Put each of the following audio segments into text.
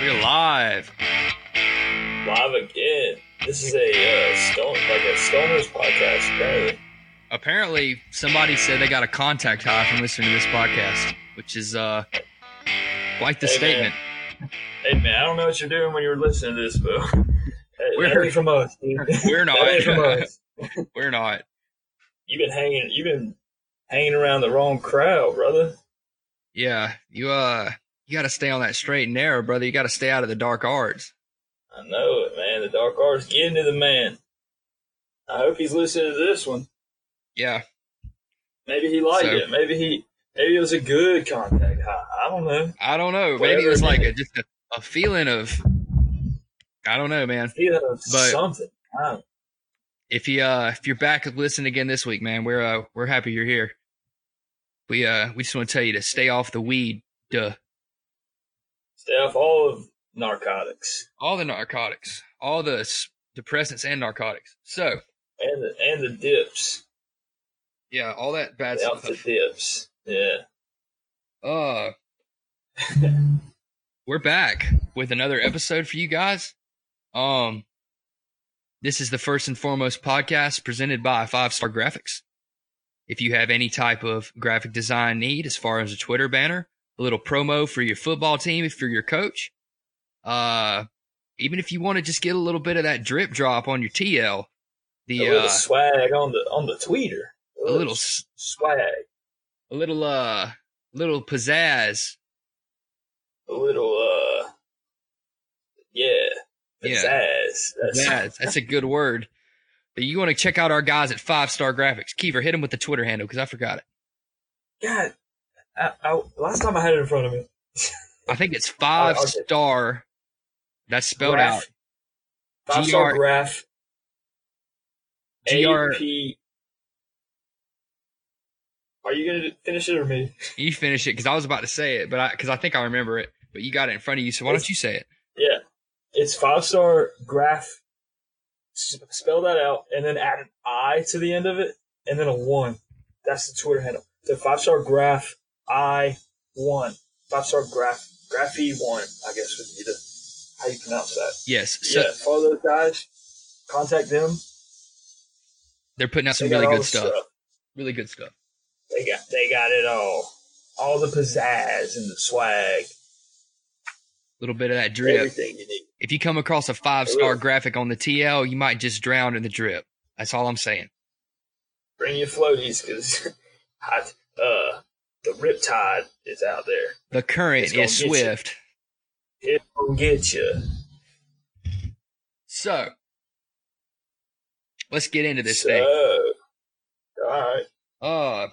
We're live. Live again. This is a uh, stone like a stoners podcast apparently. Apparently, somebody said they got a contact high from listening to this podcast, which is uh quite the Hey, man. statement. Hey man, I don't know what you're doing when you're listening to this, but that, that Weird. ain't from us. Dude. We're That ain't from not. us. We're not. You've been hanging. You've been hanging around the wrong crowd, brother. Yeah, you uh, you got to stay on that straight and narrow, brother. You got to stay out of the dark arts. I know it, man. The dark arts getting to the man. I hope he's listening to this one. Yeah, Maybe he liked So- it. Maybe he. Maybe it was a good contact high. I don't know. I don't know. Maybe it Whatever was it like is. a, just a, a feeling of I don't know, man. Feeling of But- something. I don't- if you uh if you're back and listen again this week, man, we're uh we're happy you're here. We uh we just want to tell you to stay off the weed, duh. Stay off all of narcotics All the narcotics, all the s- depressants and narcotics. So and the, and the dips. yeah, all that bad Stay off the stuff. dips. Yeah. Uh, we're back with another episode for you guys. Um, this is the first and foremost podcast presented by Five Star Graphics. If you have any type of graphic design need, as far as a Twitter banner, a little promo for your football team, if you're your coach, uh, even if you want to just get a little bit of that drip drop on your TL, the a little uh, swag on the on the tweeter. a little s- swag, a little uh, little pizzazz a little uh, yeah, Yeah. pizzazz. That's, Yeah, that's- that's a good word. But you want to check out our guys at Five Star Graphics. Keever, hit him with the Twitter handle because I forgot it. God, I, I, last time I had it in front of me. I think it's Five I'll get it. Star. That's spelled Graph- out. Five star GR graph. GR AP. Are you gonna finish it or me? You finish it because I was about to say it, but because I, think I remember it. But you got it in front of you, so why don't you say it? Yeah, it's five star graph. S- Spell that out, and then add an I to the end of it, and then a one. That's the Twitter handle. So five star graph I one. Five star graph graphy one. I guess would be the how you pronounce that. Yes. So yeah, follow those guys. Contact them. they're putting out some They got really all good the stuff. Really good stuff. They got they got it all. All the pizzazz and the swag. A little bit of that drip. Everything you need. If you come across a Five Star Really? graphic on the TL, you might just drown in the drip. That's all I'm saying. Bring your floaties because hot uh the riptide is out there. The current It's gonna is get you. swift. It will get you. So let's get into this so, thing. all right. Uh,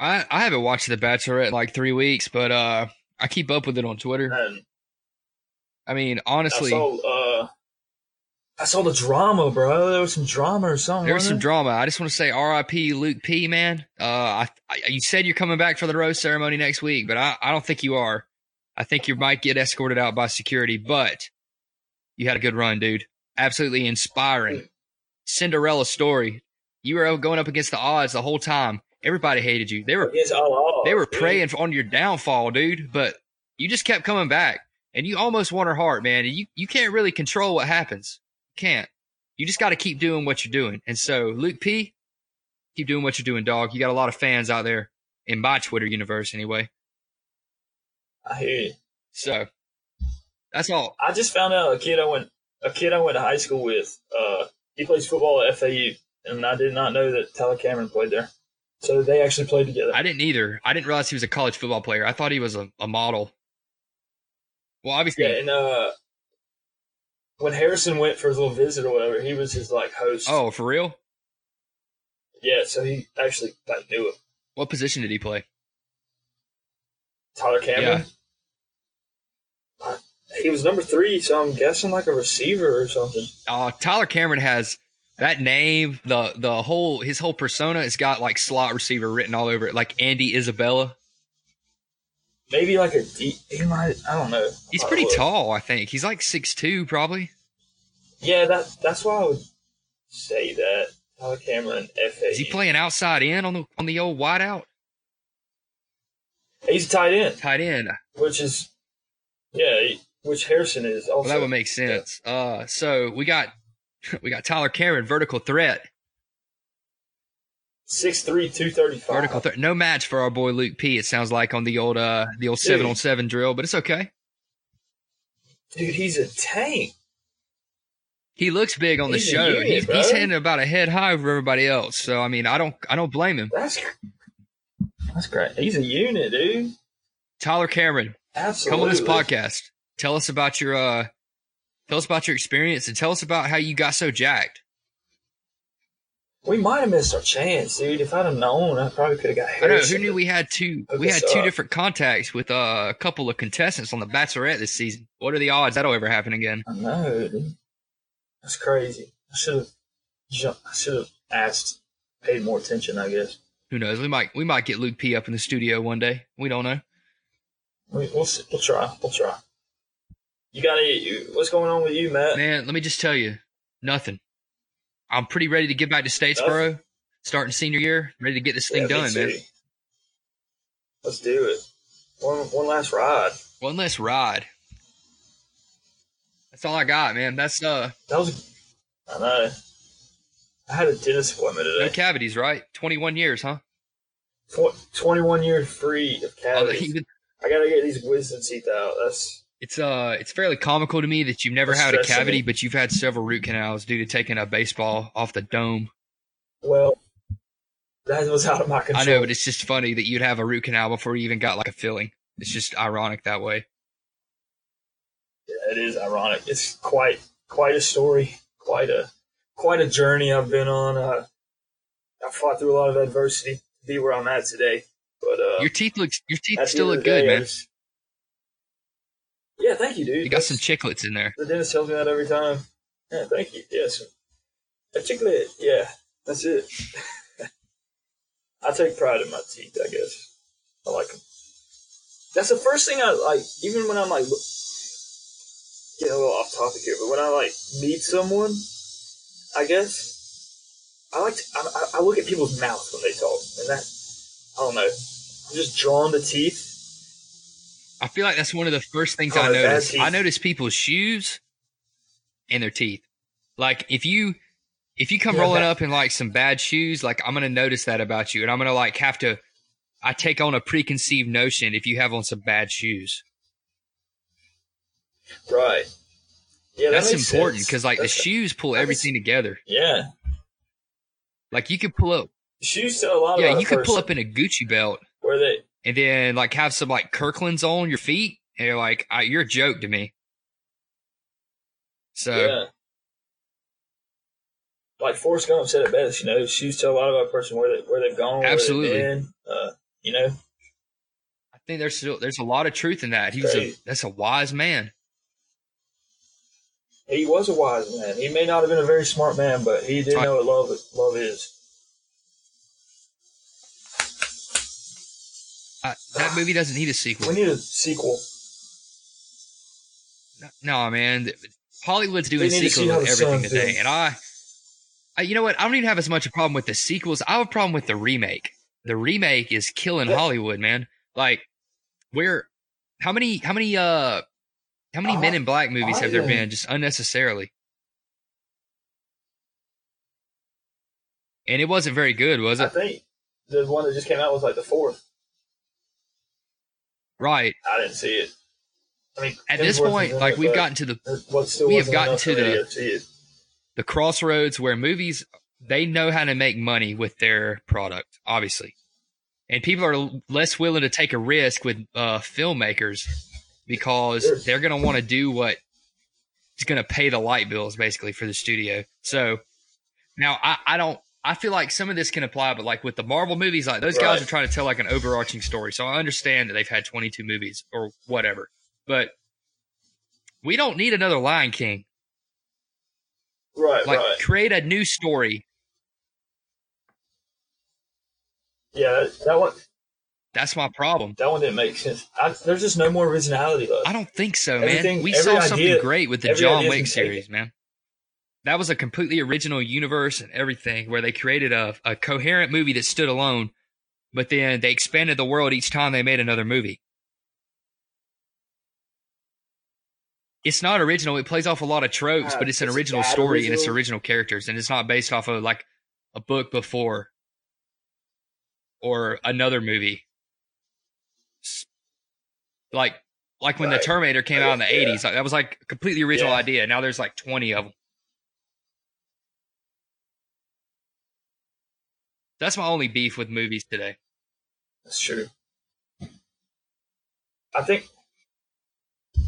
I I haven't watched The Bachelorette in like three weeks, but uh, I keep up with it on Twitter. And I mean, I honestly, saw uh, I saw the drama, bro. There was some drama or something. there was some wasn't drama. I just want to say R.I.P. Luke P. Man. Uh, I, I you said you're coming back for the rose ceremony next week, but I I don't think you are. I think you might get escorted out by security, but you had a good run, dude. Absolutely inspiring. Cinderella story. You were going up against the odds the whole time. Everybody hated you. They were Against all odds, they were Oh, dude. praying on your downfall, dude. But you just kept coming back, and you almost won her heart, man. You you can't really control what happens. You can't. You just got to keep doing what you're doing. And so, Luke P, keep doing what you're doing, dog. You got a lot of fans out there in my Twitter universe, anyway. I hear you. So that's all. I just found out a kid I went a kid I went to high school with. Uh, he plays football at FAU, and I did not know that Tyler Cameron played there. So they actually played together. I didn't either. I didn't realize he was a college football player. I thought he was a, a model. Well, obviously, yeah, and uh, when Harrison went for his little visit or whatever, he was his like host. oh, for real? yeah. So he actually like knew him. What position did he play? Tyler Cameron. He was number three, so I'm guessing like a receiver or something. uh, Tyler Cameron has that name, the the whole his whole persona has got like slot receiver written all over it, like Andy Isabella. Maybe like a D. He might. I don't know. He's I pretty would- tall, I think. He's like six two, probably. Yeah, that that's why I would say that. Tyler Cameron, FA. Is he playing outside in on the on the old wideout He's a tight end, tight end? which is Yeah, which Harrison is also. Well, that would make sense. Uh, so we got we got Tyler Cameron, vertical threat, Six three two thirty five. vertical threat. No match for our boy Luke P. It sounds like on the old uh the old seven on seven drill, but it's okay. Dude, he's a tank. He looks big on the He's a show. unit, he's, he's bro. hitting about a head high over everybody else. So I mean, I don't I don't blame him. That's that's great. He's a unit, dude. Tyler Cameron, come Absolutely. on this podcast. Tell us about your uh tell us about your experience and tell us about how you got so jacked. We might have missed our chance, dude. If I'd have known, I probably could have got I know Harrison. who knew we had two Hook we had us two up. different contacts with uh, a couple of contestants on the Bachelorette this season. What are the odds that'll ever happen again? I know, dude. That's crazy. I should have jumped. I should have asked, paid more attention. I guess Who knows? We might we might get Luke P up in the studio one day. We don't know. we, we'll see. we'll try. We'll try. You got any? What's going on with you, Matt? Man, let me just tell you, nothing. I'm pretty ready to get back to Statesboro, starting senior year, ready to get this thing Yeah, me done, man. too. Let's do it. One one last ride. One less ride. That's all I got, man. That's uh That was. I know. I had a dentist appointment no today. cavities, right? Twenty one years, huh? Tw- Twenty-one years free of Oh, cavities. even- I gotta get these wisdom teeth out. That's It's uh, it's fairly comical to me that you've never That's had a stressing cavity, me. but you've had several root canals due to taking a baseball off the dome. well. That was out of my control. I know, but it's just funny that you'd have a root canal before you even got like a filling. It's just ironic that way. Yeah, it is ironic. It's quite quite a story, quite a quite a journey I've been on. Uh, I fought through a lot of adversity to be where I'm at today. But uh, Your teeth look, your teeth at the still end of look the good, day, I man. just- yeah, thank you, dude. You got That's- some chiclets in there. The dentist tells me that every time. Yeah, thank you. Yes, a chiclet. Yeah, that's it. I take pride in my teeth. I guess I like them. That's the first thing I like. Even when I'm like look- getting a little off topic here, but when I like meet someone, I guess I like to, I, I- I look at people's mouths when they talk, and that I don't know. I'm just drawn to teeth. I feel like that's one of the first things Oh, I bad notice. teeth. I notice people's shoes and their teeth. Like if you if you come Yeah, rolling that- up in like some bad shoes, like I'm gonna notice that about you, and I'm gonna like have to. I take on a preconceived notion if you have on some bad shoes. Right. Yeah, that that's makes important sense. because like the That's- shoes pull that makes- everything together. Yeah. Like you could pull up, shoes tell a lot yeah, about you a could person. pull up in a Gucci belt where they and then like have some like Kirkland's on your feet, and you're like, I, you're a joke to me. So yeah. Like Forrest Gump said it best, you know, shoes tell a lot about a person where they where they've gone, where Absolutely. they've been, uh, you know. I think there's still, there's a lot of truth in that. He was a Right. that's a wise man. He was a wise man. He may not have been a very smart man, but he did I- know what love love is. I, that movie doesn't need a sequel. We need a sequel. no, man, Hollywood's doing They need to see sequels how with the everything son today, feels. and I, I, you know what? I don't even have as much a problem with the sequels. I have a problem with the remake. The remake is killing Yeah. Hollywood, man. Like, where? How many? How many? Uh, how many I- Men in Black movies I have there am- been just unnecessarily? And it wasn't very good, was I it? think the one that just came out was like the fourth. Right. I didn't see it. I mean, At this Hemsworth point, was in like it, we've but gotten to the it- what still we have wasn't gotten enough to for me the- see it. the crossroads where movies they know how to make money with their product obviously and people are l- less willing to take a risk with uh, filmmakers Sure. because they're going to want to do what is going to pay the light bills basically for the studio so now I, I don't i feel like some of this can apply but like with the marvel movies like those guys Right. are trying to tell like an overarching story so i understand that they've had 22 movies or whatever but we don't need another lion king Right, like right. create a new story. Yeah, that, that one That's my problem. that one didn't make sense. I, there's just no more originality left. I don't think so, man. Everything- We every saw something idea- great with the every John idea's Wick been taken. series, man. That was a completely original universe and everything where they created a, a coherent movie that stood alone, but then they expanded the world each time they made another movie. it's not original. It plays off a lot of tropes, Yeah, but it's an Uh, it's original bad story and it's original. original characters, and it's not based off of like a book before or another movie. S- Like, like when Right. the Terminator came out in the Yeah. eighties, like, that was like a completely original Yeah. idea. Now there's like twenty of them. That's my only beef with movies today. That's true. I think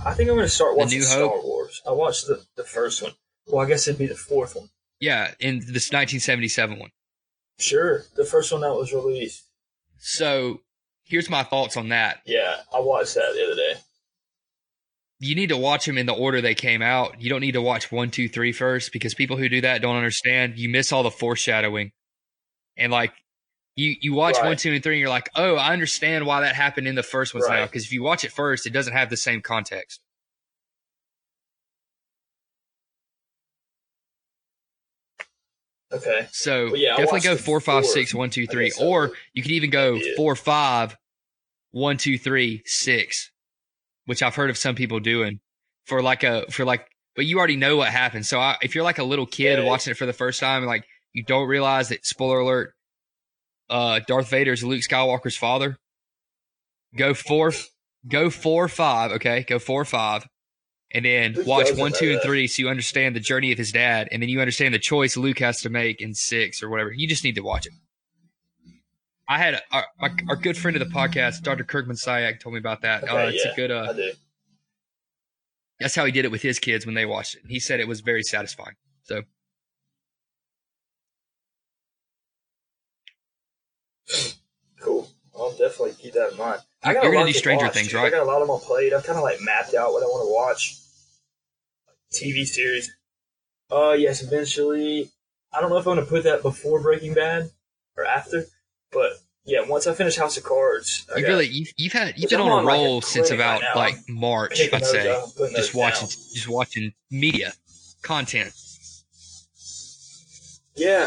I think I'm gonna start The watching New Star Hope? Wars. I watched the, the first one. Well, I guess it'd be the fourth one. Yeah, in this 1977 one. Sure. The first one that was released. So here's my thoughts on that. Yeah, I watched that the other day. you need to watch them in the order they came out. You don't need to watch one, two, three first because people who do that don't understand. You miss all the foreshadowing, and like you you watch Right. one, two, and three, and you're like, oh, I understand why that happened in the first ones now Right. because if you watch it first, it doesn't have the same context. Okay. So Well, yeah, I definitely watched go the four, five, four. six, one, two, I three, guess so. or you could even go Yeah. four, five, one, two, three, six, which I've heard of some people doing for like a for like. But you already know what happens. So I, if you're like a little kid Yeah. watching it for the first time, like you don't realize that spoiler alert, uh, Darth Vader is Luke Skywalker's father. Go four, go four, five. Okay, go four, five. And then Who watch doesn't one, know two, and that? three so you understand the journey of his dad. And then you understand the choice Luke has to make in six or whatever. You just need to watch it. I had our, my, our good friend of the podcast, Dr. Kirkman Sayak, told me about that. Okay, uh, it's yeah. a good, I uh, do. that's how he did it with his kids when they watched it. He said it was very satisfying. So Cool. I'll definitely keep that in mind. I got you're a going lot to do to Stranger watch, Things, dude. I right? got a lot on my plate. I've kind of like mapped out what I want to watch. TV series. Uh, yes, eventually. I don't know if I'm going to put that before Breaking Bad or after, but yeah, once I finish House of Cards, I You got- really, you've, you've had, you've Which been I'm on on, a like, a roll since clinic right about now. like March, taking I'd those say. out and putting Just those watching, down. just watching media content. Yeah,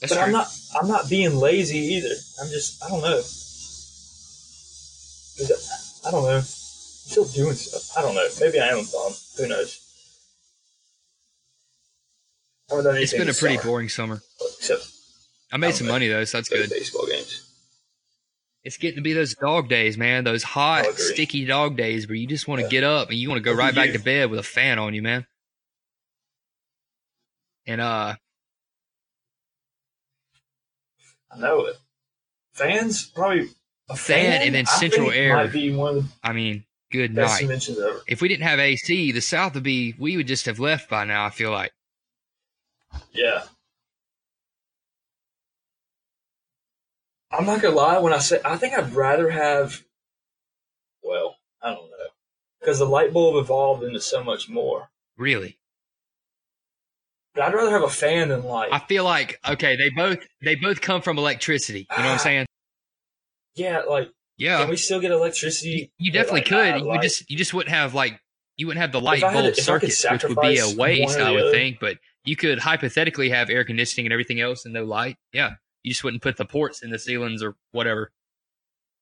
That's but I'm true. not. I'm not being lazy either. I'm just. I don't know. 'Cause I I don't know. I'm still doing stuff. I don't know. Maybe I am dumb. Who knows? I haven't done it's anything been a this pretty summer, boring summer. except I made I'm some good. money though, so that's those good. baseball games. It's getting to be those dog days, man. Those hot, I'll Oh, agree. sticky dog days where you just want to Yeah. get up and you want to go Look at right back you. to bed with a fan on you, man. And uh, I know it. Fans probably a Fan and then I central think, air. might be one of the I mean, good best night. inventions ever. If we didn't have AC, the South would be. We would just have left by now. I feel like. Yeah. I'm not gonna lie. When I say, I think I'd rather have. Well, I don't know, because the light bulb evolved into so much more. Really, But I'd rather have a fan than light. I feel like okay. They both they both come from electricity. You know what I'm Ah, saying? yeah, like can Yeah, we still get electricity? you definitely Like, could. I you like- just you just wouldn't have like you wouldn't have the light I had- bulb if I could circuit, which would be a sacrifice waste, one or I the would other. think. But you could hypothetically have air conditioning and everything else and no light. Yeah, you just wouldn't put the ports in the ceilings or whatever,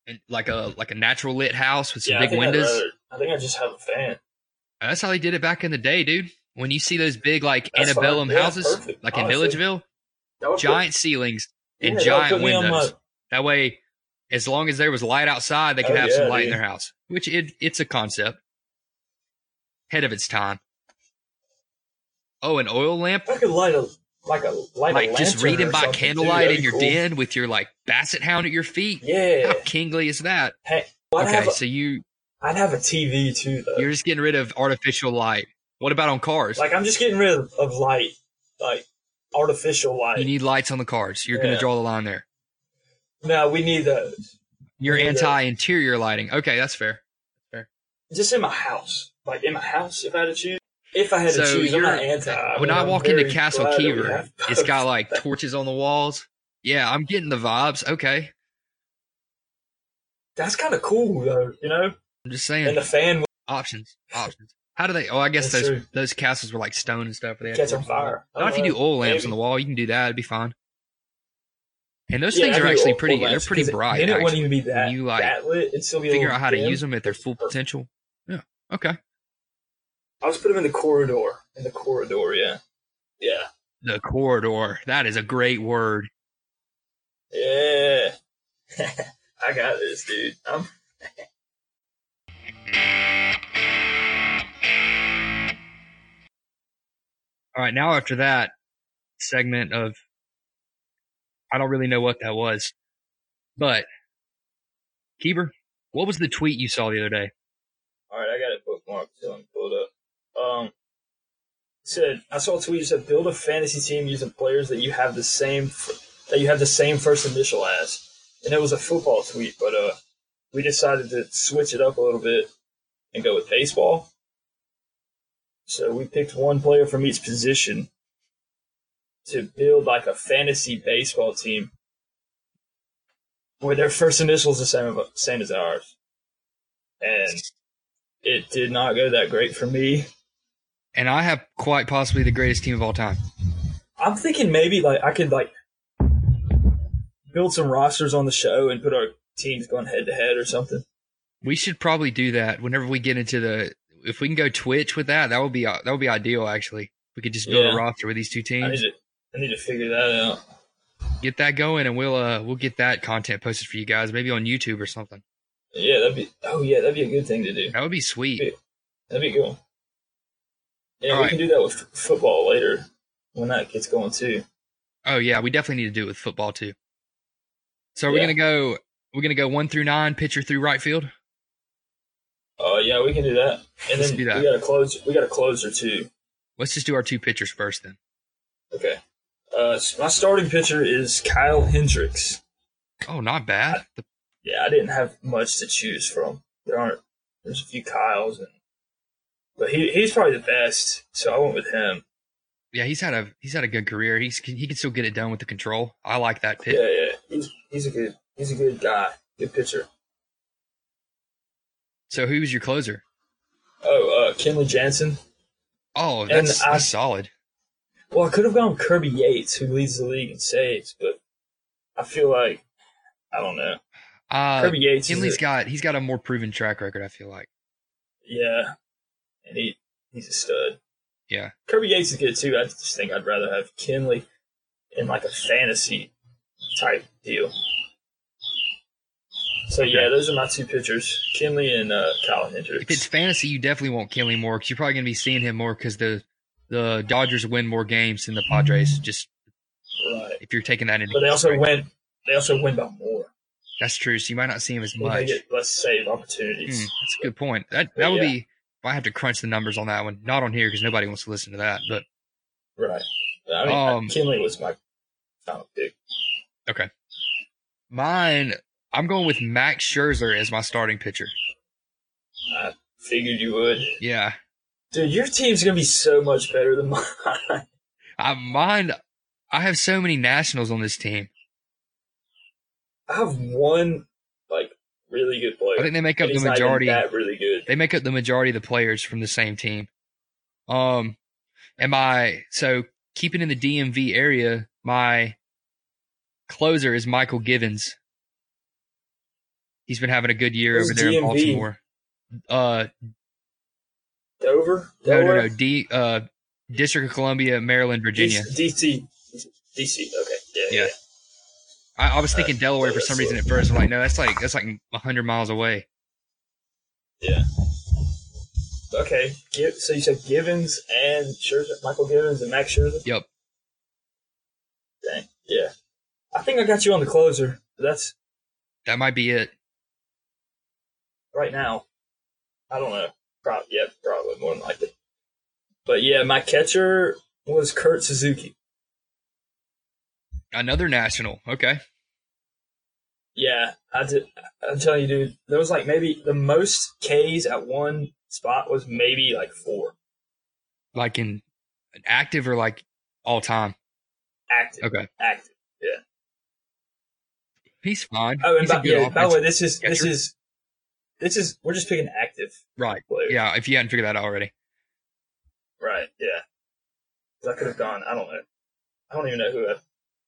and like a like a natural lit house with some yeah, I big think I'd windows. rather- I think I just have a fan. That's how they did it back in the day, dude. When you see those big like That's fine. antebellum Yeah, houses, perfect, like honestly. in Villageville, That would put- giant ceilings yeah, and that would giant put me on windows. my- That way, as long as there was light outside, they could Oh, have some yeah, light in dude. their house. Which it it's a concept. Head of its time. Oh, an oil lamp? if I could light a like a light a Like just lantern reading or by something, dude, candlelight in that'd be your cool. den with your like basset hound at your feet. Yeah. How kingly is that? Hey, well, I'd, okay, have a, so you I'd have a TV too though. you're just getting rid of artificial light. What about on cars? Like I'm just getting rid of, of light, like artificial light. you need lights on the cars. You're going Yeah. to draw the line there. no, we need those. You're Yeah. anti-interior lighting. Okay, that's fair. Just in my house, like in my house, if I had to choose. If I had to So choose, I'm not you're- anti. I when mean, I I'm walk into very Castle glad that we Keever, have it's those. got like torches on the walls. Yeah, I'm getting the vibes. Okay, That's kind of cool though, you know. I'm just And saying the fan would options, options. How do they? Oh, I guess those That's true. those castles were like stone and stuff. Where they had catch on torches the wall. fire. Uh, I Not if don't you do know. oil lamps on Maybe. the wall. You can do that. It'd be fine. And those Yeah, things I are do actually oil pretty. They're lamps, pretty 'cause bright. Then it actually. wouldn't even be When that you, like, that lit. It'd still be a Figure little out how to dim. use them at their full potential. Yeah, Okay. I'll just put him in the corridor. In the corridor, yeah. Yeah. The corridor. That is a great word. Yeah. I got this, dude. I'm All right. Now, after that segment of, I don't really know what that was, but Keeper, what was the tweet you saw the other day? All right, I got it bookmarked too. I'm pulled up. Um, it said I saw a tweet that said build a fantasy team using players that you have the same f- that you have the same first initial as, and it was a football tweet, but uh, we decided to switch it up a little bit and go with baseball. So we picked one player from each position to build like a fantasy baseball team where their first initials the same of- same as ours, and it did not go that great for me. And I have quite possibly the greatest team of all time. I'm thinking maybe like I could like build some rosters on the show and put our teams going head to head or something. We should probably do that whenever we get into the. If we can go Twitch with that, that would be that would be ideal. Actually, we could just build Yeah. a roster with these two I need teams, to I need to figure that out. get that going, and we'll uh we'll get that content posted for you guys, maybe on YouTube or something. Yeah, that'd be oh yeah, that'd be a good thing to do. That would be sweet. That'd be cool. Yeah, All we right. can do that with f- football later when that gets going too. Oh yeah, we definitely need to do it with football too. So are we Yeah. gonna go? We're gonna go one through nine, pitcher through right field. Oh yeah, we can do that. And Let's then do that. we got a close. We got a closer too. Let's just do our two pitchers first then. Okay. Uh, s- my starting pitcher is Kyle Hendricks. Oh, not bad. The- yeah, I didn't have much to choose from. There aren't. There's a few Kyles, and but he he's probably the best, so I went with him. yeah, he's had a he's had a good career. He's he can still get it done with the control. I like that pitch. Yeah, yeah, he's he's a good he's a good guy, good pitcher. So who's your closer? Oh, uh, Kenley Jansen. Oh, that's, I- that's solid. Well, I could have gone Kirby Yates, who leads the league in saves, but I feel like I don't know. Uh, Kirby Yates. is Kinley's a- got he's got a more proven track record. I feel like. yeah, and he he's a stud. Yeah. Kirby Yates is good too. I just think I'd rather have Kenley in like a fantasy type deal. So yeah, those are my two pitchers, Kenley and uh, Kyle If it's Hendricks. fantasy, you definitely want Kinley more because you're probably gonna be seeing him more because the the Dodgers win more games than the Padres. Just Right, if you're taking that into Mm-hmm. but they also consideration. win. They also win by more. that's true. So you might not see him as They much. get less save Hmm, opportunities. that's a good point. That Yeah. that would be. I have to crunch the numbers on that one. Not on here because nobody wants to listen to that. But Right. I mean, Hmm. Um, Kenley was my top pick. mine, I'm going with Max Scherzer as my starting pitcher. I figured you would, Yeah, dude. Your team's gonna be so much better than mine. I mine. I have so many nationals on this team. I have one like really good player. I think they make up and the he's not even majority. That really good. They make up the majority of the players from the same team. Um, and my so keeping in the DMV area, my closer is Michael Givens. He's been having a good year Who's over there in DMV? Baltimore. Uh, Dover. no, no, Delaware? no. D, uh, District of Columbia, Maryland, Virginia. DC. DC. Okay. Yeah. Yeah. Yeah. I, I was thinking Delaware for some reason at first. I'm like, no, that's like that's like 100 miles away. Okay. Gi- So you said Givens and Scherzer, Michael Givens and Max Scherzer. Yep. Dang. Yeah. I think I got you on the closer. That's That might be it. right now. I don't know. Probably. Yeah. Probably more than likely. But yeah, my catcher was Kurt Suzuki. Another national. Okay. Yeah, I did. I'm telling you, dude. There was like maybe the most K's at one spot was maybe like four Like in active or like all time. active. Okay. Active. He's fine. Oh, and He's a by, good yeah, by the offensive- way, this is this catcher. is this is we're just picking active right. players. Yeah, if you hadn't figured that out already. Right. Yeah. 'Cause I could have gone. I don't know. I don't even know who. I,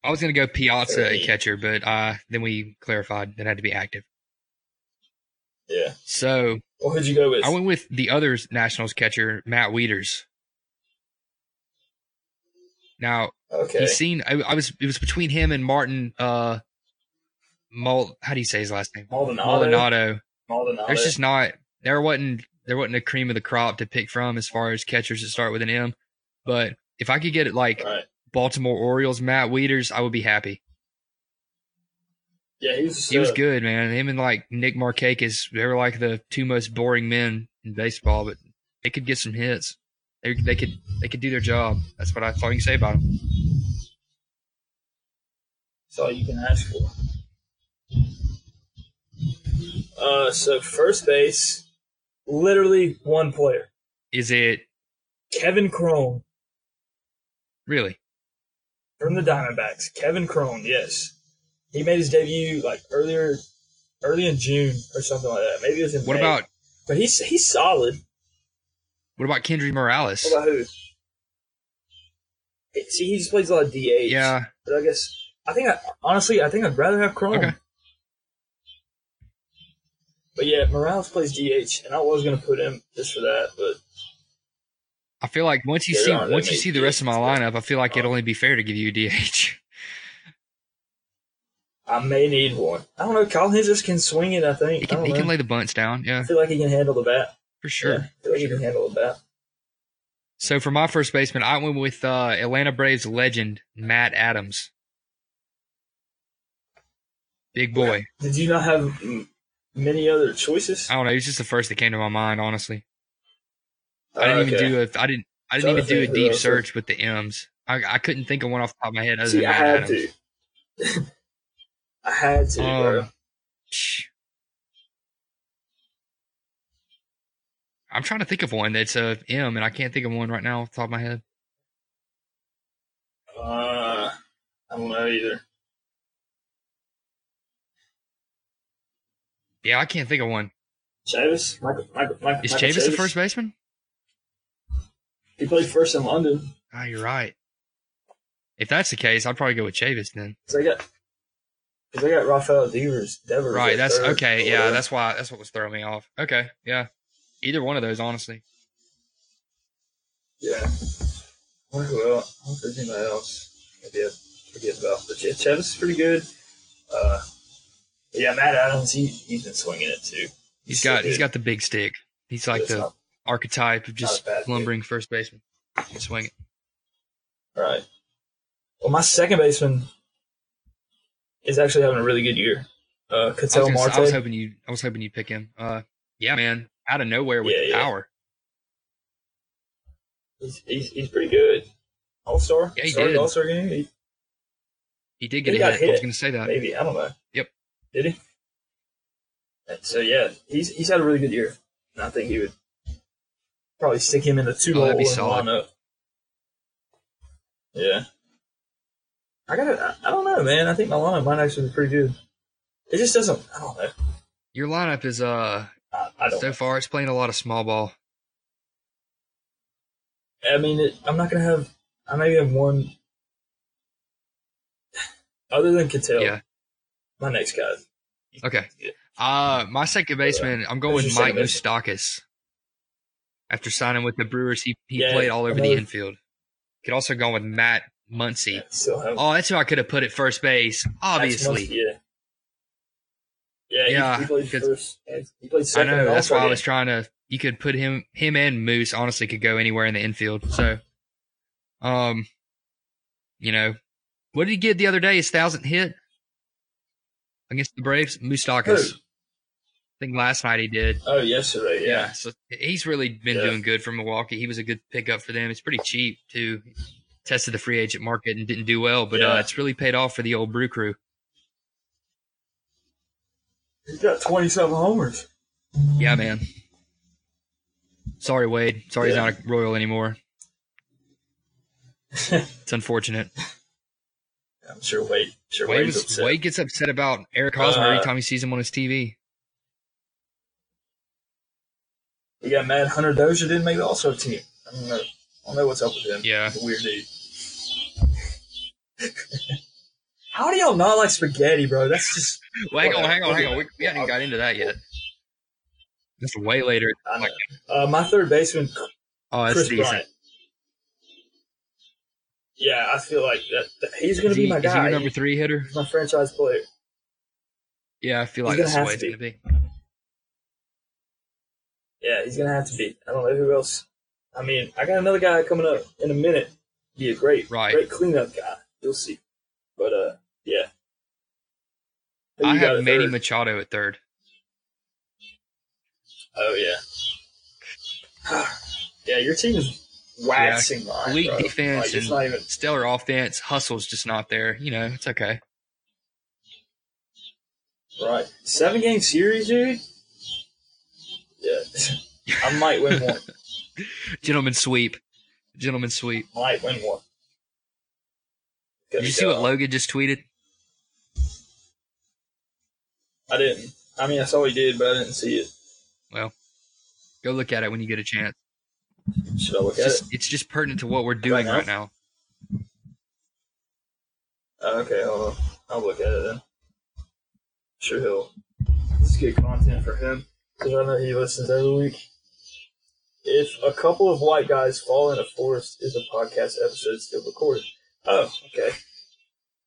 I was gonna go Piazza and Thirty. catcher, but uh, then we clarified that had to be active. yeah. So Or who'd you go with? I went with the other Nationals catcher, Matt Wieters. Now okay. he's seen. I, I was. It was between him and Martin. Uh, Mul. How do you say his last name? Maldonado. Maldonado. Maldonado. There's just not. There wasn't. There wasn't a cream of the crop to pick from as far as catchers that start with an M. But if I could get it like Right. Baltimore Orioles, Matt Wieters, I would be happy. Yeah, he was. He was uh, good, man. Him and like Nick Markakis, they were like the two most boring men in baseball, but they could get some hits. They they could they could do their job. That's what I thought you could say about them. That's all you can ask for. Uh, so first base, literally one player, Is it Kevin Crone really? from the Diamondbacks. Kevin Crone, yes, he made his debut like earlier, early in June or something like that. Maybe it was in What May. about But he's he's solid. what about Kendry Morales? What about who? See, he just plays a lot of DH. Yeah, but I guess I think I honestly I think I'd rather have Chrome. Okay. But yeah, Morales plays DH, and I was gonna put him just for that, but I feel like once you There see are, they once you made see the rest of my DHs, lineup, I feel like it'd only be fair to give you a DH. I may need one. I don't know. Kyle Hendricks can swing it. I think. He I can don't he know. can lay the bunts down. I Yeah, feel like he can handle the bat. for Yeah, sure. I feel like he can handle the bat. So for my first baseman, I went with uh, Atlanta Braves legend Matt Adams. Big boy. Did you not have mm, many other choices? I don't know. He's just the first that came to my mind, honestly. I didn't even do a. I didn't. I didn't Trying to even do a think who deep else was- search with the M's. I, I couldn't think of one off the top of my head other See, than I Matt had Adams. to. I had to, bro. Um, psh. I'm trying to think of one that's a M, and I can't think of one right now off the top of my head. Uh, I don't know either. Yeah, I can't think of one. Chavis? Michael, Michael, Michael, Is Michael Chavis the first baseman? He played first in London. Ah, you're right. If that's the case, I'd probably go with Chavis then. Cause I got, cause I got Rafael Devers. Devers Right. at That's third, or okay. Yeah. whatever. That's why. That's what was throwing me off. Okay. Yeah. Either one of those, honestly. yeah. I wonder who else. I wonder if there's anybody else. Maybe I forget about. But yeah, Chavis is pretty good. Uh, but yeah, Matt Adams. He he's been swinging it too. He's so got. He's good. got the big stick. He's But like it's the not archetype of just Not a bad pick. lumbering first baseman. Can swing it. right. Well, my second baseman is actually having a really good year. Uh, I was, Cattell gonna say- Marte. I was hoping you. I was hoping you'd pick him. Uh, yeah, man, out of nowhere with Yeah, the yeah. power. he's, he's, he's pretty good. All star. Yeah, he did. All star game. He, He did get He a got hit. I was hit. gonna say that. maybe I don't know. Yep. Did he? And So yeah, he's he's had a really good year, and I think he would probably stick him in the two Oh, hole that'd and be solid. lineup. Yeah. I gotta. I, I don't know, man. I think my lineup might actually be pretty good. It just doesn't. I don't know. Your lineup is uh I, I don't. so far it's playing a lot of small ball. I mean, it, I'm not gonna have. I maybe have one. Other than Cattell, Yeah. my next guy. Okay. Uh, my second baseman. I'm going Who's with your Mike second baseman? Moustakis. After signing with the Brewers, he he Yeah, played all over the another- infield. Could also gone with Matt Muncy. Still have Oh, that's who I could have put at first base. That's Obviously, most- yeah. Yeah, Yeah, he, he played because- first. He played I second. know. in That's why I All-Star was trying to. You could put him, him and Moose. Honestly, could go anywhere in the infield. So, um, you know, what did he get the other day? His thousandth hit against the Braves. Moustakis. Who? I think last night he did. game. Oh, yesterday. Yeah. So he's really been Yeah. doing good for Milwaukee. He was a good pickup for them. It's pretty cheap too. Tested the free agent market and didn't do well, but uh, Yeah. it's really paid off for the old Brew Crew. He's got 27 homers. Yeah, man. Sorry, Wade. Sorry, Yeah. he's not a Royal anymore. it's unfortunate. I'm sure Wade. Sure Wade, Wade was, upset. Wade gets upset about Eric Hosmer Uh, every time he sees him on his TV. We got mad. Hunter Dozier didn't make the All-Star team. I don't know. I don't know what's up with him. Yeah. He's a weird dude. How do y'all not like spaghetti, bro? That's just Well, hang on, Whatever. hang on, hang on. We, we haven't even got into that yet. That's way later. I know. Uh, my third baseman, Oh, that's Chris decent. Bryant. Yeah, I feel like that, that- he's going Is to he, be my is he your guy. number three hitter? He's my franchise player. Yeah, I feel like He's gonna that's the way have to it's going to be. Yeah, he's going to have to be. I don't know who else. I mean, I got another guy coming up in a minute. Be a great, Right. great cleanup guy. You'll see. But uh, yeah. Who I you got have at Manny third? Machado at third. Oh yeah. yeah, your team is waxing mine, Elite bro. defense Like, it's and not even. stellar offense. Hustle's just not there. You know, it's okay. Right. Seven game series, dude? Yeah. I might win one. Gentleman sweep. Gentleman sweep. might win one. Did you see what Logan just tweeted? I didn't. I mean, I saw he did, but I didn't see it. Go look at it when you get a chance. Should I look It's at it? just, it's just pertinent to what we're doing now? right now. Uh, okay, hold on. I'll look at it then. Sure he'll. This is good content for him because I know he listens every week. If a couple of white guys fall in a forest, is a podcast episode still recorded? Oh, okay.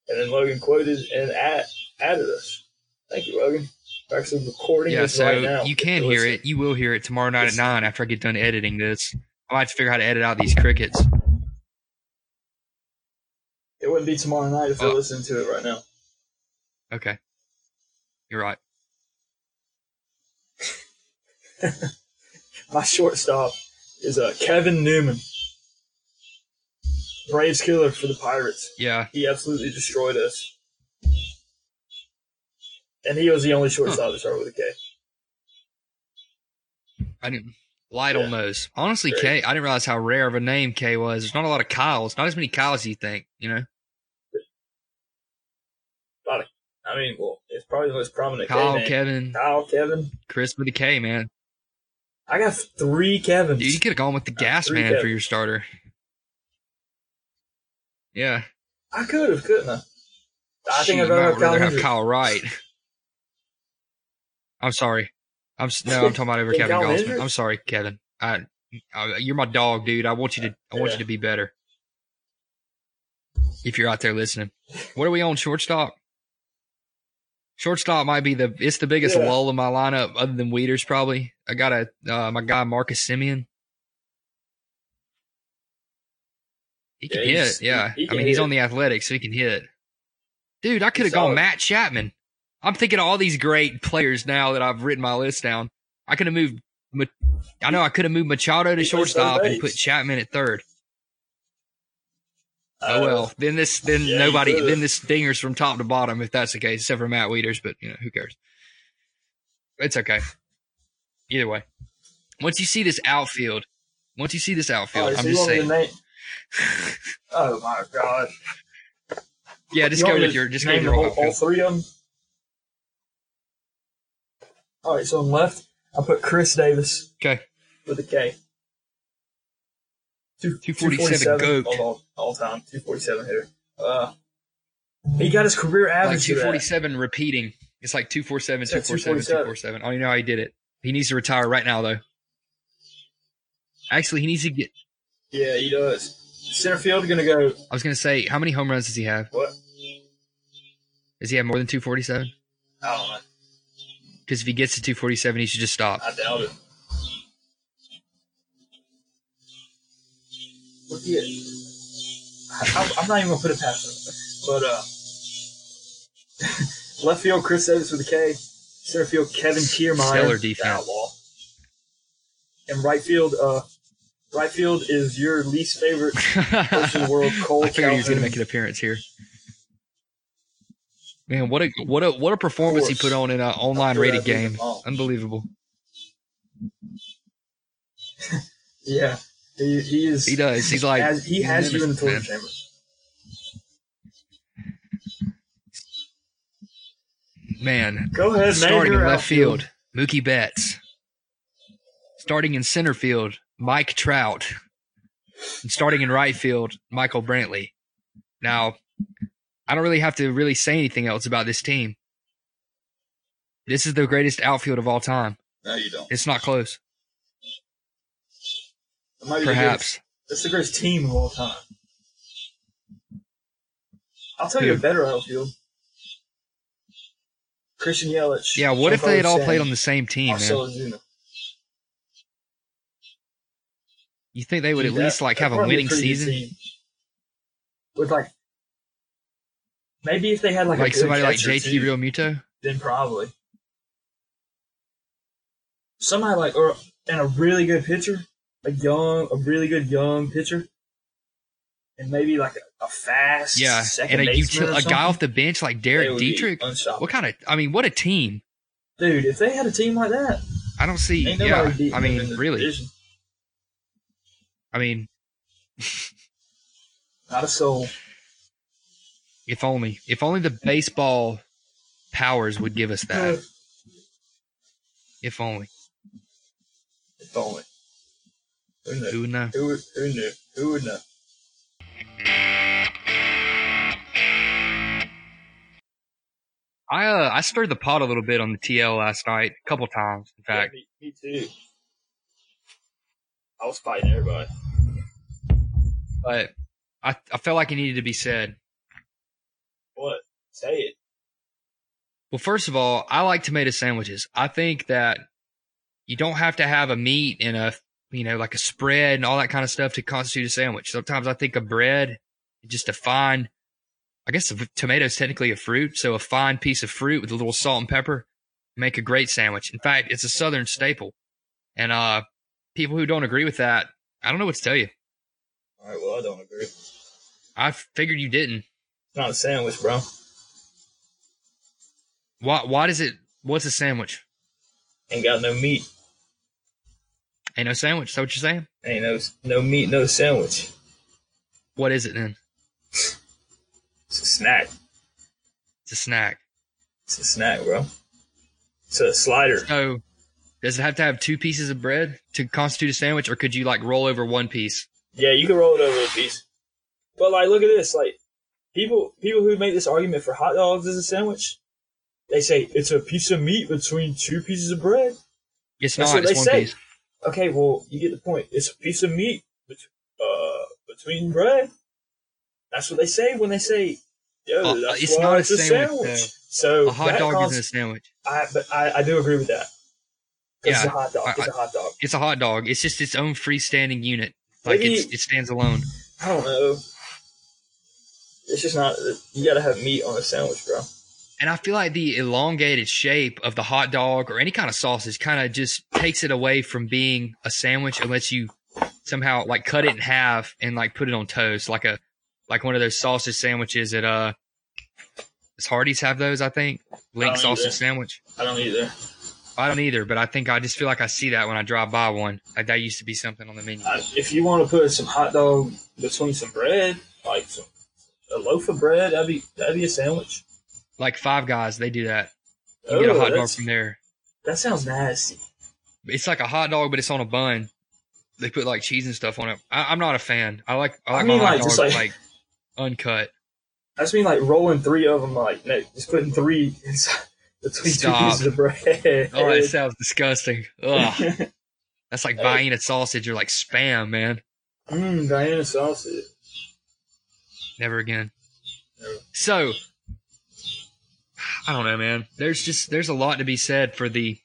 And then Logan quoted and at, added us. Thank you, Logan. We're actually recording Yeah, this so right now. you can hear it. You will hear it tomorrow night at Listen. nine after I get done editing this. I might have to figure out how to edit out these crickets. It wouldn't be tomorrow night if Oh. they're listening to it right now. Okay. You're right. My shortstop is uh, Kevin Newman, Braves killer for the Pirates. Yeah. He absolutely destroyed us, and he was the only shortstop to start with a K. I didn't. Lytle Yeah. knows. Honestly, Great. K, I didn't realize how rare of a name K was. There's not a lot of Kyles. Not as many Kyles as you think, you know? I mean, well, it's probably the most prominent Kyle, K name. Kevin, Kyle Kevin. Chris with the K, man. I got three Kevins. Dude, you could have gone with the gas three man for Kevins. your starter. Yeah. I could have, couldn't I? I think Shoot, might I'd rather have Kyle rather have Hendricks. Kyle Wright. I'm sorry. I'm s- no, I'm talking about over Than Kevin Kyle Gausman. Hendricks? I'm sorry, Kevin. I, I, you're my dog, dude. I want you to. I want Yeah. you to be better. If you're out there listening, what are we on shortstop? Shortstop might be the. It's the biggest Yeah. lull in my lineup, other than Weeders, probably. I got a uh, my guy Marcus Simeon. He can Yeah, hit. he's- Yeah, he- I he can mean, he's hit. on the athletic, so he can hit. Dude, I could have He's gone solid. Matt Chapman. I'm thinking of all these great players now that I've written my list down. I could have moved. Ma- I know I could have moved Machado to He plays third shortstop and base. put Chapman at third. Uh, oh well, then this then yeah, you nobody could've. then this stingers from top to bottom if that's the case, except for Matt Wieters. But you know who cares? It's okay. Either way, once you see this outfield, once you see this outfield, oh, so I'm you just want me to saying. name- Oh my god. Yeah, just You go want me with to your just go with name your all, all outfield. three of them. All right, so on left, I put Chris Davis Okay, with a K. Two, 247 goat. All, all, all time, 247 hitter. Uh, he got his career like average. two to forty that. seven repeating. It's like 247, Yeah, 247, 247. I don't even Oh, know how he did it. He needs to retire right now though. Actually, he needs to get. Yeah, he does. Center field going to go, I was gonna say, how many home runs does he have? what? Does he have more than 247? I don't know. Because if he gets to 247, he should just stop. I doubt it. Look at I, I'm not even gonna put it past him. But uh, left field Chris Davis with a K. Center field Kevin Kiermaier. Stellar defense. Outlaw. And right field, uh, right field is your least favorite person in the I world, Cole figured he was gonna Calhoun. make an appearance here. Man, what a what a what a performance he course. put on in an online After rated that, leave game. him alone. Unbelievable. Yeah, he, he is. He does. He's like has, he has you in the nemesis, torture man. chamber. man. Go ahead, name Starting in your left outfield. field, Mookie Betts. Starting in center field, Mike Trout. And starting in right field, Michael Brantley. Now, I don't really have to really say anything else about this team. This is the greatest outfield of all time. No, you don't. It's not close. It might be the greatest- Perhaps. It's the greatest team of all time. I'll tell you a Who? better outfield. Christian Yelich. Yeah, what if they had all played on the same team, man? Marcelo Zuna. You think they would at That- least like that'd have a probably be winning pretty good season? team. With like maybe if they had like, a Like good somebody like catcher, JT too, Real Muto? then probably somebody like or and a really good pitcher, a young, a really good young pitcher, and maybe like a, a fast Yeah. second And a baseman or util- a something, guy off the bench like they Derek would be Dietrich. unstoppable. What kind of I mean, what a team. Dude, if they had a team like that, I don't see ain't yeah. nobody beating I them in mean, the really. division. I mean, Not a soul. if only if only the baseball powers would give us that. If only. If only. Who knew? Who would know? Who, would- who knew? Who would know? I uh, I stirred the pot a little bit on the TL last night, a couple times, in fact. Yeah, me, me too. I was fighting everybody. But I I felt like it needed to be said. What? Say it. Well, first of all, I like tomato sandwiches. I think that you don't have to have a meat and a, you know, like a spread and all that kind of stuff to constitute a sandwich. Sometimes I think a bread, just a fine, I guess a tomato is technically a fruit. So a fine piece of fruit with a little salt and pepper make a great sandwich. In fact, it's a Southern staple. And, uh, people who don't agree with that, I don't know what to tell you. All right. Well, I don't agree. It's I figured you didn't. not a sandwich, bro. Why, why does it, what's a sandwich? Ain't got no meat. Ain't no sandwich. Is that what you're saying? Ain't no no meat, no sandwich. What is it then? It's a snack. It's a snack. It's a snack, bro. It's a slider. So, does it have to have two pieces of bread to constitute a sandwich, or could you like roll over one piece? Yeah, you can roll it over a piece. But like, look at this. Like, people people who make this argument for hot dogs as a sandwich, they say it's a piece of meat between two pieces of bread. It's That's not. It's what they one say. piece. Okay, well, you get the point. It's a piece of meat bet- uh, between bread. That's what they say when they say, "Yo, Uh, that's it's why not a it's a sandwich, sandwich." though. So A hot that dog cons- isn't a sandwich. I, but I, I do agree with that. 'Cause it's Yeah, a hot dog. I- it's a hot dog. It's a hot dog. It's just its own freestanding unit. Like Maybe- it's, it stands alone. I don't know. It's just not. You gotta have meat on a sandwich, bro. And I feel like the elongated shape of the hot dog or any kind of sausage kind of just takes it away from being a sandwich unless you somehow like cut it in half and like put it on toast, like a like one of those sausage sandwiches at uh, does Hardee's have those? I think I Link don't sausage either. sandwich. I don't either. I don't either, but I think I just feel like I see that when I drive by one. Like that used to be something on the menu. I, if you want to put some hot dog between some bread, like some, a loaf of bread, that'd be that'd be a sandwich. Like Five Guys, they do that. You get a Oh, hot dog that's- from there. That sounds nasty. It's like a hot dog, but it's on a bun. They put like cheese and stuff on it. I, I'm not a fan. I like I I like mean, my hot like, dogs just like, like- uncut. I just mean like rolling three of them, like no, just putting three inside between two Stop. pieces of bread. Oh, that sounds disgusting. Ugh. Mmm, That's like Hey. buying a sausage or like spam, man. Mm, Diana sausage. Never again. Never. So I don't know, man. There's just there's a lot to be said for the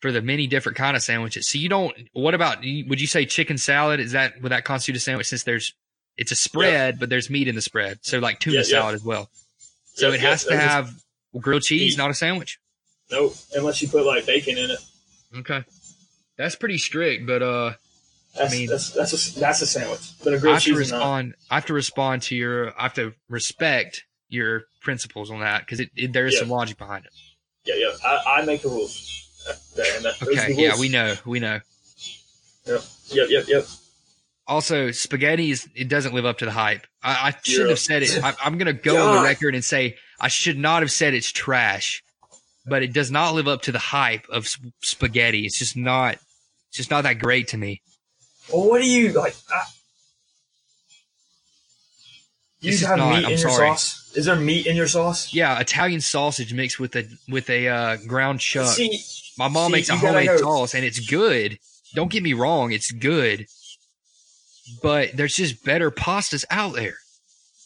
for the many different kind of sandwiches. So you don't. What about? you- Would you say chicken salad? Is that would that constitute a sandwich? Since there's it's a spread, but there's meat in the spread. So like tuna Yeah, yeah. salad as well. So Yeah, it yeah, has to that's just- have grilled cheese, meat. not a sandwich. Nope, unless you put like bacon in it. Okay, that's pretty strict. But uh, That's I mean- that's that's a, that's a sandwich, but a I grilled have to cheese is not. respond. I have to respond to your. I have to respect your principles on that because it, it, there is Yeah. some logic behind it. Yeah, yeah. I, I make the rules. That- and that- those are Okay, the yeah, rules. we know, we know. Yep, yep, yep. Also, spaghetti is it doesn't live up to the hype. I, I should Yeah. have said it. I, I'm going to go on the God. record and say I should not have said it's trash, but it does not live up to the hype of sp- spaghetti. It's just not, it's just not that great to me. Well, what do you like? I, you This is have not- meat I'm in your sorry. sauce. Is there meat in your sauce? Yeah, Italian sausage mixed with a with a uh, ground chuck. See, My mom see, makes a you gotta homemade know- sauce, and it's good. Don't get me wrong, it's good. But there's just better pastas out there.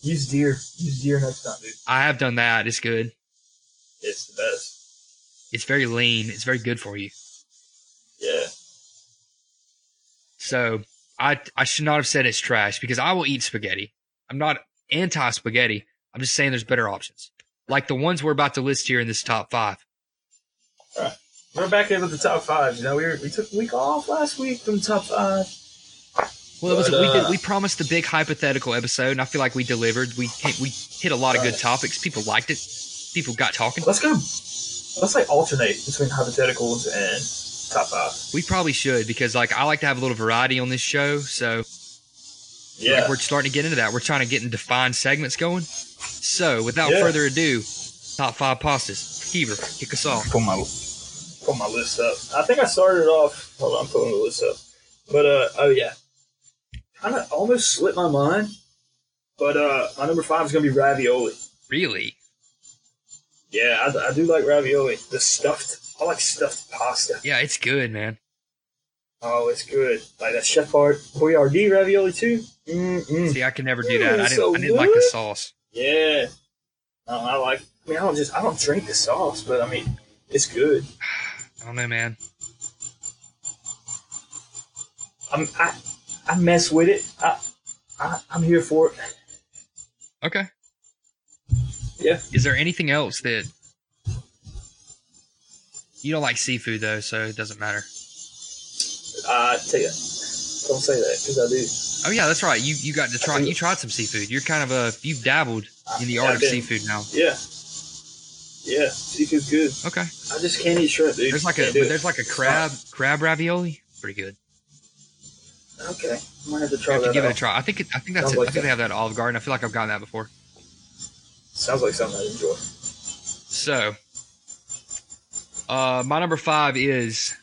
use deer. Use deer next time, dude. I have done that. It's good. It's the best. It's very lean. It's very good for you. Yeah. So I I should not have said it's trash because I will eat spaghetti. I'm not anti spaghetti. I'm just saying there's better options. Like the ones we're about to list here in this top five. We're back in with the top five. You know, we, were, we took a week off last week from top five. Well, it was But, we did uh, we promised the big hypothetical episode, and I feel like we delivered. We hit, we hit a lot of good Right. topics. People liked it. People got talking. Let's go. Let's like alternate between hypotheticals and top five. We probably should because like I like to have a little variety on this show. So Yeah. like, we're starting to get into that. We're trying to get in defined segments going. So without Yeah. further ado, top five pastas. Heber, kick us off. pull my pull my list up. I think I started off. Hold on, I'm pulling the list up. But uh, oh yeah, kind of almost slipped my mind. But uh, my number five is gonna be ravioli. Really? Yeah, I, I do like ravioli. The stuffed, I like stuffed pasta. Yeah, it's good, man. Oh, it's good. Like that Chef Art Boyardee ravioli too. Mm-mm. See, I can never do that. I Mm, didn't. so I didn't like the what? sauce. Yeah. No, I like. I mean, I don't just I don't drink the sauce, but I mean, it's good. I don't know, man. I'm I, I mess with it. I, I I'm here for it. Okay. Yeah. Is there anything else that you don't like seafood though? So it doesn't matter. Uh, take it. Don't say that because I do. Oh yeah, that's right. You you got to try. You tried some seafood. You're kind of a you've dabbled in the Yeah, art I've of been- seafood now. Yeah. Yeah, seafood's good. Okay. I just can't eat shrimp, dude. There's like a Can't do but it. there's like a crab crab ravioli. Pretty good. Uh, Okay, I might have to You try have to that. give it a out. try. I think it, I think that's Sounds it. like I think they have that at Olive Garden. I feel like I've gotten that before. Sounds like something I'd enjoy. So, uh, my number five is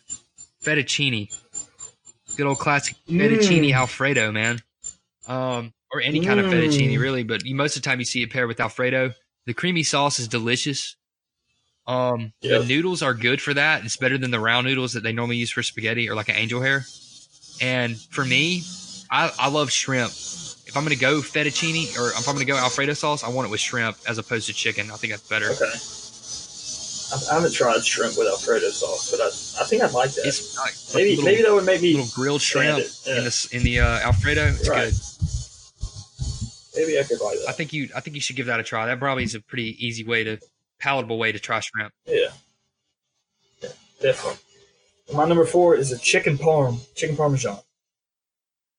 fettuccine. Good old classic fettuccine Mm. alfredo, man. Um, or any kind of Mm. fettuccine, really. But you, most of the time, you see it paired with alfredo. The creamy sauce is delicious. Um, the Yep. noodles are good for that. It's better than the round noodles that they normally use for spaghetti or like an angel hair. And for me, I, I love shrimp. If I'm gonna go fettuccine or if I'm gonna go alfredo sauce, I want it with shrimp as opposed to chicken. I think that's better. Okay. I, I haven't tried shrimp with Alfredo sauce, but I, I think I'd like that. It's like a maybe little, maybe that would make me little grilled shrimp Standard, yeah. in the s- in the uh, Alfredo. It's Right. good. maybe I could like I that. think you I think you should give that a try. That probably is a pretty easy way to palatable way to try shrimp. Yeah. yeah, definitely. My number four is a chicken parm, chicken parmesan.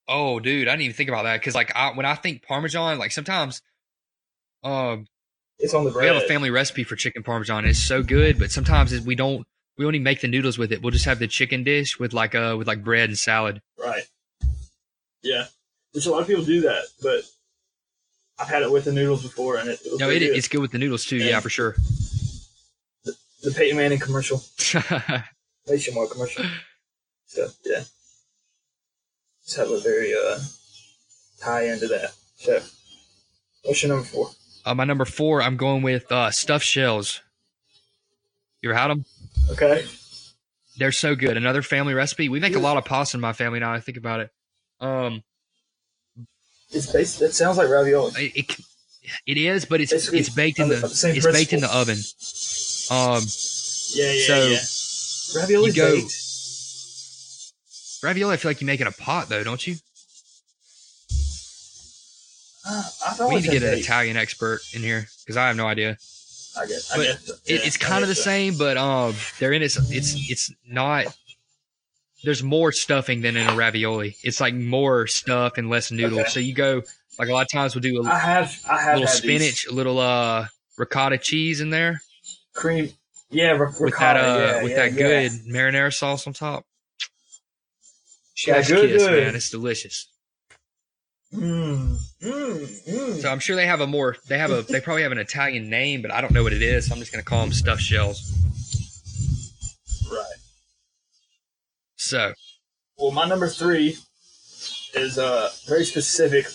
Oh, dude, I didn't even think about that because like I, when I think Parmesan, like sometimes. Um, It's on the we bread. have a family recipe for chicken parmesan. It's so good, but sometimes it, we don't we only make the noodles with it. We'll just have the chicken dish with like uh with like bread and salad. Right. Yeah. Which a lot of people do that, but I've had it with the noodles before, and it, it was No, it, pretty good. it's good with the noodles too. Yeah, Yeah. for sure. the Peyton Manning commercial, Nationwide commercial. So yeah, just have a very uh tie into that. Chef, what's your number four? uh, my number four, I'm going with uh, stuffed shells. You ever had them? Okay. They're so good. Another family recipe. We make a lot of pasta in my family now. that I think about it. Um, It's based. That sounds like ravioli. it it, it is, but it's Basically, it's baked in on the- the, on the same it's baked in the oven. Um, Yeah, yeah, So, yeah. Ravioli you go- baked. ravioli. I feel like you make in a pot though, don't you? Uh, I thought we it need to was get an baked. Italian expert in here because I have no idea. I guess. I but guess so. It, Yeah, it's I kind of the guess so. same, but um, they're in it's it's it's not. There's more stuffing than in a ravioli. It's like more stuff and less noodles. Okay. So you go like a lot of times we'll do a I have. I have little had these. spinach, a little uh ricotta cheese in there cream. Yeah, ric- with ricotta. that uh yeah, with yeah, that yeah. good marinara sauce on top. Yeah, Chef's good, kiss, good. man, it's delicious. Mm, mm, mm. So I'm sure they have a more they have a they probably have an Italian name, but I don't know what it is. So I'm just gonna call them stuffed shells. right. So Well, my number three is uh very specific,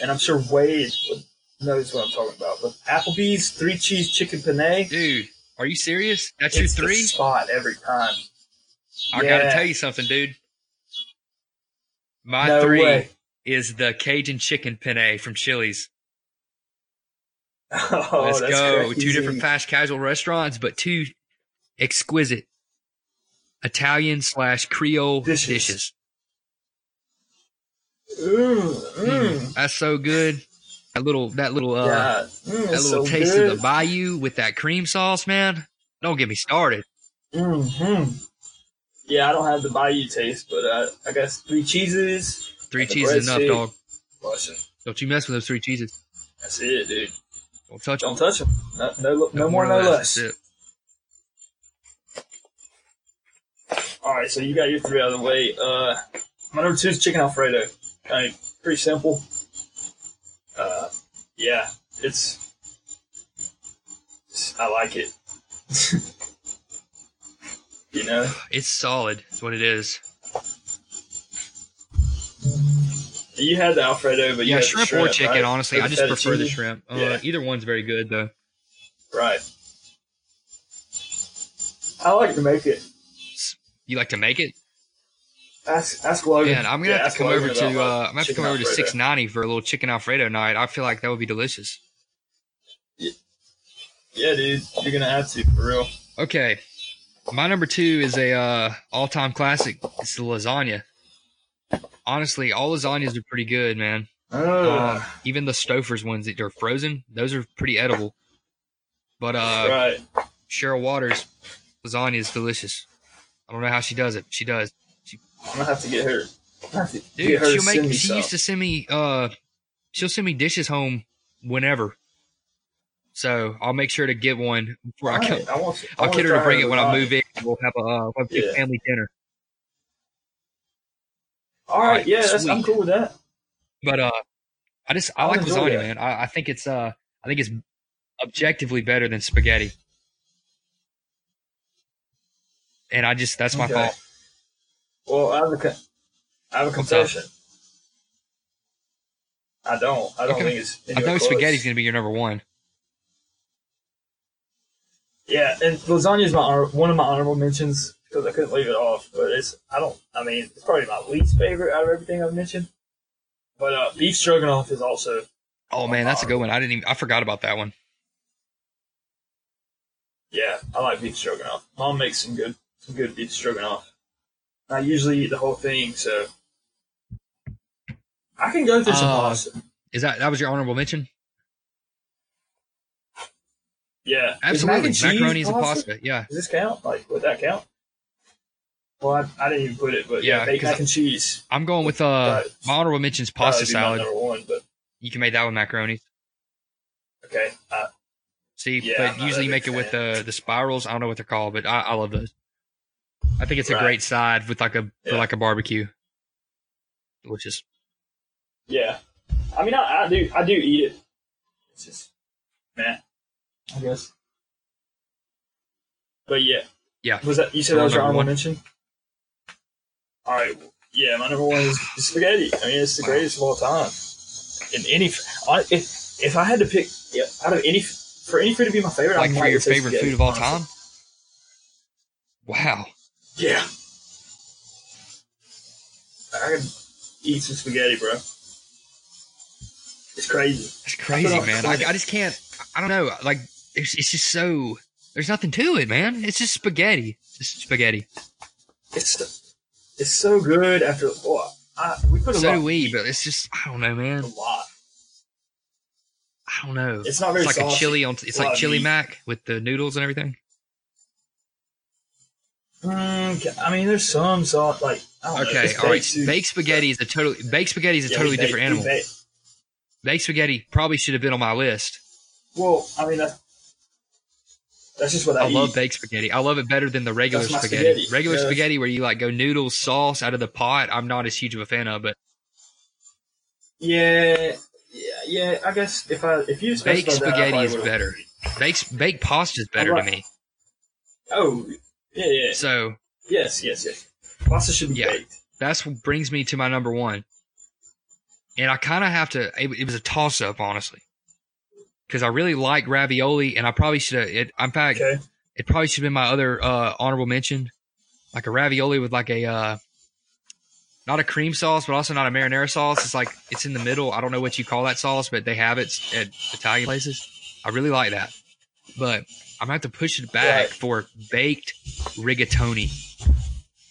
and I'm sure Wade would, No, that's what I'm talking about. But Applebee's three cheese chicken penne. Dude, are you serious? That's it's the your three? spot every time. I gotta yeah. tell you something, dude. My no three way. is the Cajun chicken penne from Chili's. Oh, Let's that's go. crazy. Two different fast casual restaurants, but two exquisite Italian slash Creole Dishes. dishes. Ooh, mm, Mm, That's so good. That little that little uh yeah. Mm, that it's little so taste good. of the bayou with that cream sauce, man. Don't get me started. hmm Yeah, I don't have the Bayou taste, but uh, I guess three cheeses. Three And the cheeses bread enough, steak. dog. Listen, Don't you mess with those three cheeses. that's it, dude. Don't touch them. Don't touch them. No, no, no, more, no less. That's it. All right, so you got your three out of the way. Uh, my number two is chicken alfredo. I mean, pretty simple. Uh, yeah, it's. I like it. you know, It's solid. It's what it is. you had the alfredo, but you yeah, had the shrimp, or shrimp chicken. right? Honestly, Or I the just prefer the fettuccine? shrimp. Uh, Yeah. Either one's very good though. Right. I like to make it. You like to make it? Ask, ask Logan. Man, I'm gonna Yeah, have ask to come Logan over to uh, about I'm my gonna have to chicken come over to Alfredo. 690 for a little chicken alfredo night. I feel like that would be delicious. Yeah, dude, you're gonna have to for real. Okay, my number two is a uh, all-time classic. It's the lasagna. Honestly, all lasagnas are pretty good, man. Oh, Um, Ugh. even the Stouffer's ones that are frozen, those are pretty edible. But uh, right. Cheryl Waters' lasagna is delicious. I don't know how she does it. but She does. I'm gonna have to get her. I'm gonna have to Dude, get her to she'll send make. me She some. used to send me. Uh, she'll send me dishes home whenever. So I'll make sure to get one before I come. Alright, I want to- I I'll wanna get her to try bring it when I lasagna. move in. We'll have a, uh, we'll have a big Yeah. family dinner. All right, yeah, that's, I'm Sweet. cool with that. But uh, I just I I'll like enjoy lasagna, that. man. I, I think it's uh I think it's objectively better than spaghetti. And I just that's my Okay. fault. Well, I have a, con- I have a What's up? confession. I don't. I don't Okay. think it's. I anywhere know close. spaghetti's gonna be your number one. Yeah, and lasagna is my honor- one of my honorable mentions because I couldn't leave it off. But it's I don't. I mean, it's probably my least favorite out of everything I've mentioned. But uh, beef stroganoff is also Oh man, that's a good one. I didn't even I forgot about that one. yeah. I like beef stroganoff. Mom makes some good some good beef stroganoff. I usually eat the whole thing, so I can go through some Uh, pasta. Is that that was your honorable mention? Yeah, Is mac Absolutely, and cheese macaroni and pasta? pasta. Yeah, Does this count? Like, would that count? Well, I, I didn't even put it, but yeah, Yeah, baked 'cause mac and cheese. I'm going with uh, Right. my honorable mentions pasta Pasta salad. number one, but You can make that with macaroni. okay. Uh, See, Yeah, I'm but not a usually big make it with fan. the the spirals. I don't know what they're called, but I, I love those. I think it's a Right. great side with like a for Yeah. like a barbecue. Delicious. yeah, I mean, I, I do, I do eat it. It's just, man, I guess. But yeah, Yeah. Was that you said So that was your number honorable one. mention? All right, yeah, my number one is spaghetti. I mean, it's the Wow. greatest of all time. In any, f- I- if if I had to pick yeah, out of any f- for any food to be my favorite, Like I for might your say favorite spaghetti, food of all honestly. time. Wow. Yeah. I could eat some spaghetti, bro. It's crazy. That's crazy, don't man. know. Like I just can't. I don't know. Like it's, it's just so. There's nothing to it, man. It's just spaghetti. Just spaghetti. It's it's so good after. Oh, I, we put a So lot. do we, but it's just I don't know, man. a lot. I don't know. It's not very It's like a saucy. chili on. It's A lot like of chili meat. mac with the noodles and everything. Mm, I mean, there's some sauce like. I don't know, Okay, Oh, it's all right. baked, dude. Baked spaghetti is a totally baked spaghetti is a Yeah, we totally baked- different we animal. baked- Baked spaghetti probably should have been on my list. Well, I mean that's that's just what I, I love eat. baked spaghetti. I love it better than the regular That's my spaghetti. spaghetti. Regular Yeah. spaghetti where you like go noodles, sauce out of the pot. I'm not as huge of a fan of, but Yeah, yeah, yeah. I guess if I if you Baked specified that, I spaghetti probably is would've- better. baked baked pasta is better like- to me. Oh, yeah, yeah. So Yes, yes, yes. Pasta should be Yeah. baked. that's what brings me to my number one. And I kind of have to. It, it was a toss up, honestly. because I really like ravioli, and I probably should have. It, I'm fact, Okay. it probably should have been my other uh, honorable mention, like a ravioli with like a uh, not a cream sauce, but also not a marinara sauce. It's like it's in the middle. I don't know what you call that sauce, but they have it s- at Italian places. I really like that, but I'm gonna have to push it back Right. for baked rigatoni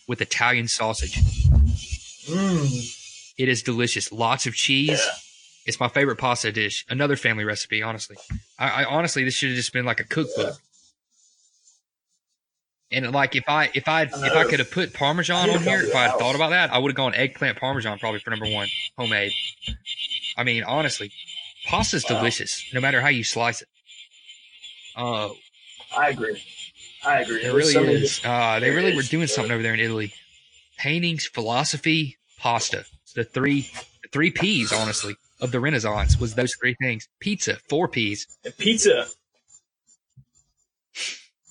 with Italian sausage. Mmm. It is delicious. Lots of cheese. It's my favorite pasta dish. Another family recipe, honestly. I, I honestly, this should have just been like a cookbook. And like if I if I if I Another- could have put parmesan I need on to here, come to if the I had house. thought about that, I would have gone eggplant parmesan probably for number one, homemade. I mean, honestly, pasta's Wow. delicious no matter how you slice it. Uh, I agree. I agree. it There's really so many is. Uh, they It really were is. doing something over there in Italy. Paintings, philosophy, pasta. The three, the three P's, honestly, of the Renaissance was those three things. Pizza, four P's. different- Pizza.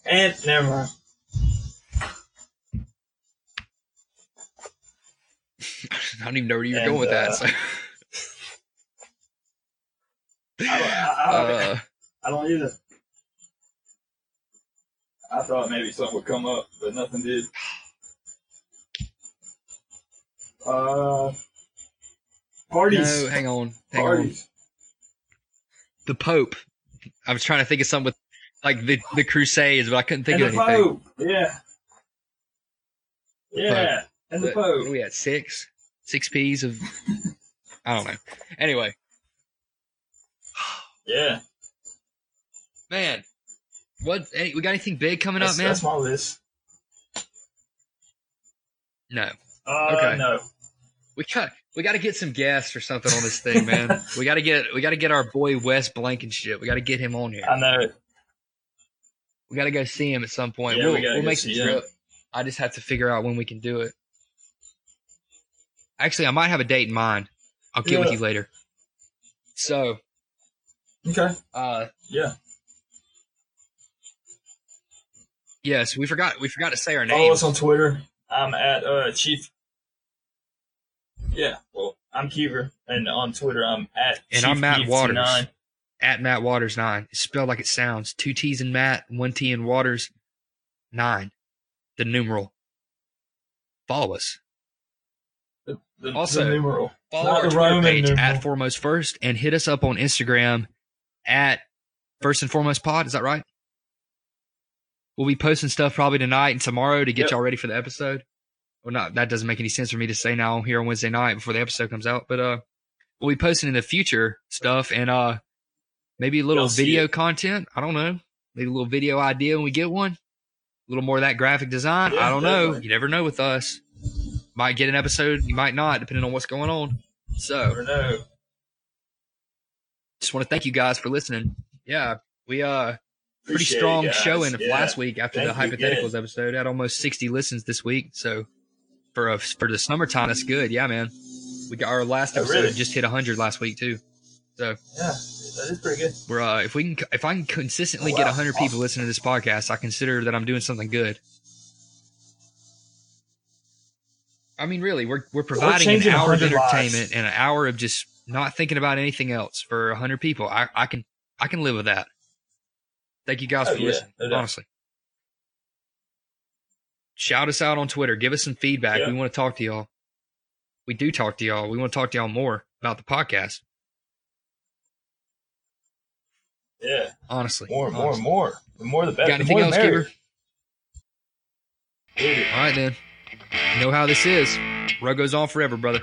And never mind. I don't even know where you're And, going with that. uh, So. I, I, I, Uh, I don't either. I thought maybe something would come up, but nothing did. Uh, parties. no, hang on, hang on. parties. The Pope. I was trying to think of something with like the the Crusades, but I couldn't think and of the anything. Pope. Yeah. Yeah. And the But what are Pope. we at six, six P's of. I don't know. Anyway, Yeah. man, what? Any, we got anything big coming That's, up, man? that's my list. No. Uh, Okay. No. We got we got to get some guests or something on this thing, man. we got to get we got to get our boy Wes Blankenship. We got to get him on here. I know. We got to go see him at some point. Yeah, we'll we gotta we'll go make the see him. trip. I just have to figure out when we can do it. Actually, I might have a date in mind. I'll get with Yeah. you later. So, Okay. uh, Yeah. yes, we forgot we forgot to say our Follow names. us on Twitter. I'm at uh, Chief. Yeah. Well, I'm Keever, and on Twitter I'm at And Chief I'm Matt Keef Waters. 29. at Matt Waters nine. It's spelled like it sounds. Two T's in Matt, one T in Waters, nine. The numeral. Follow us. The, Also, the numeral. Follow Not our the Twitter Roman page numeral. at Foremost First and hit us up on Instagram at First and Foremost Pod. Is that right? We'll be posting stuff probably tonight and tomorrow to get Yep. y'all ready for the episode. Well, not that doesn't make any sense for me to say now here on Wednesday night before the episode comes out, but uh, we'll be posting in the future stuff and uh, maybe a little Y'all see video content. I don't know, maybe a little video idea when we get one. A little more of that graphic design. Yeah, I don't know. definitely. You never know with us. Might get an episode, you might not, depending on what's going on. So, Or no. just want to thank you guys for listening. Yeah, we uh pretty Appreciate it, strong guys. showing of Yeah. last week after Thank the you again. hypotheticals episode. Had almost sixty listens this week, so for a, for the summertime, that's good. Yeah, man, we got our last Oh, episode really? just hit hundred last week too. So Yeah, that is pretty good. we're uh, if we can if I can consistently Oh, get wow. hundred people listening to this podcast, I consider that I'm doing something good. I mean, really, we're we're providing an changing hour of 100 lives. entertainment and an hour of just not thinking about anything else for hundred people. I, I can I can live with that. Thank you guys Oh, for yeah, listening. no doubt. Honestly, shout us out on Twitter. Give us some feedback. Yeah. We want to talk to y'all. We do talk to y'all. We want to talk to y'all more about the podcast. Yeah, Honestly, more, and more, Honestly. and more. The more, the better. Got the anything more, else, the merrier. Keeper? Dude. All right, then. You know how this is. Row goes on forever, brother.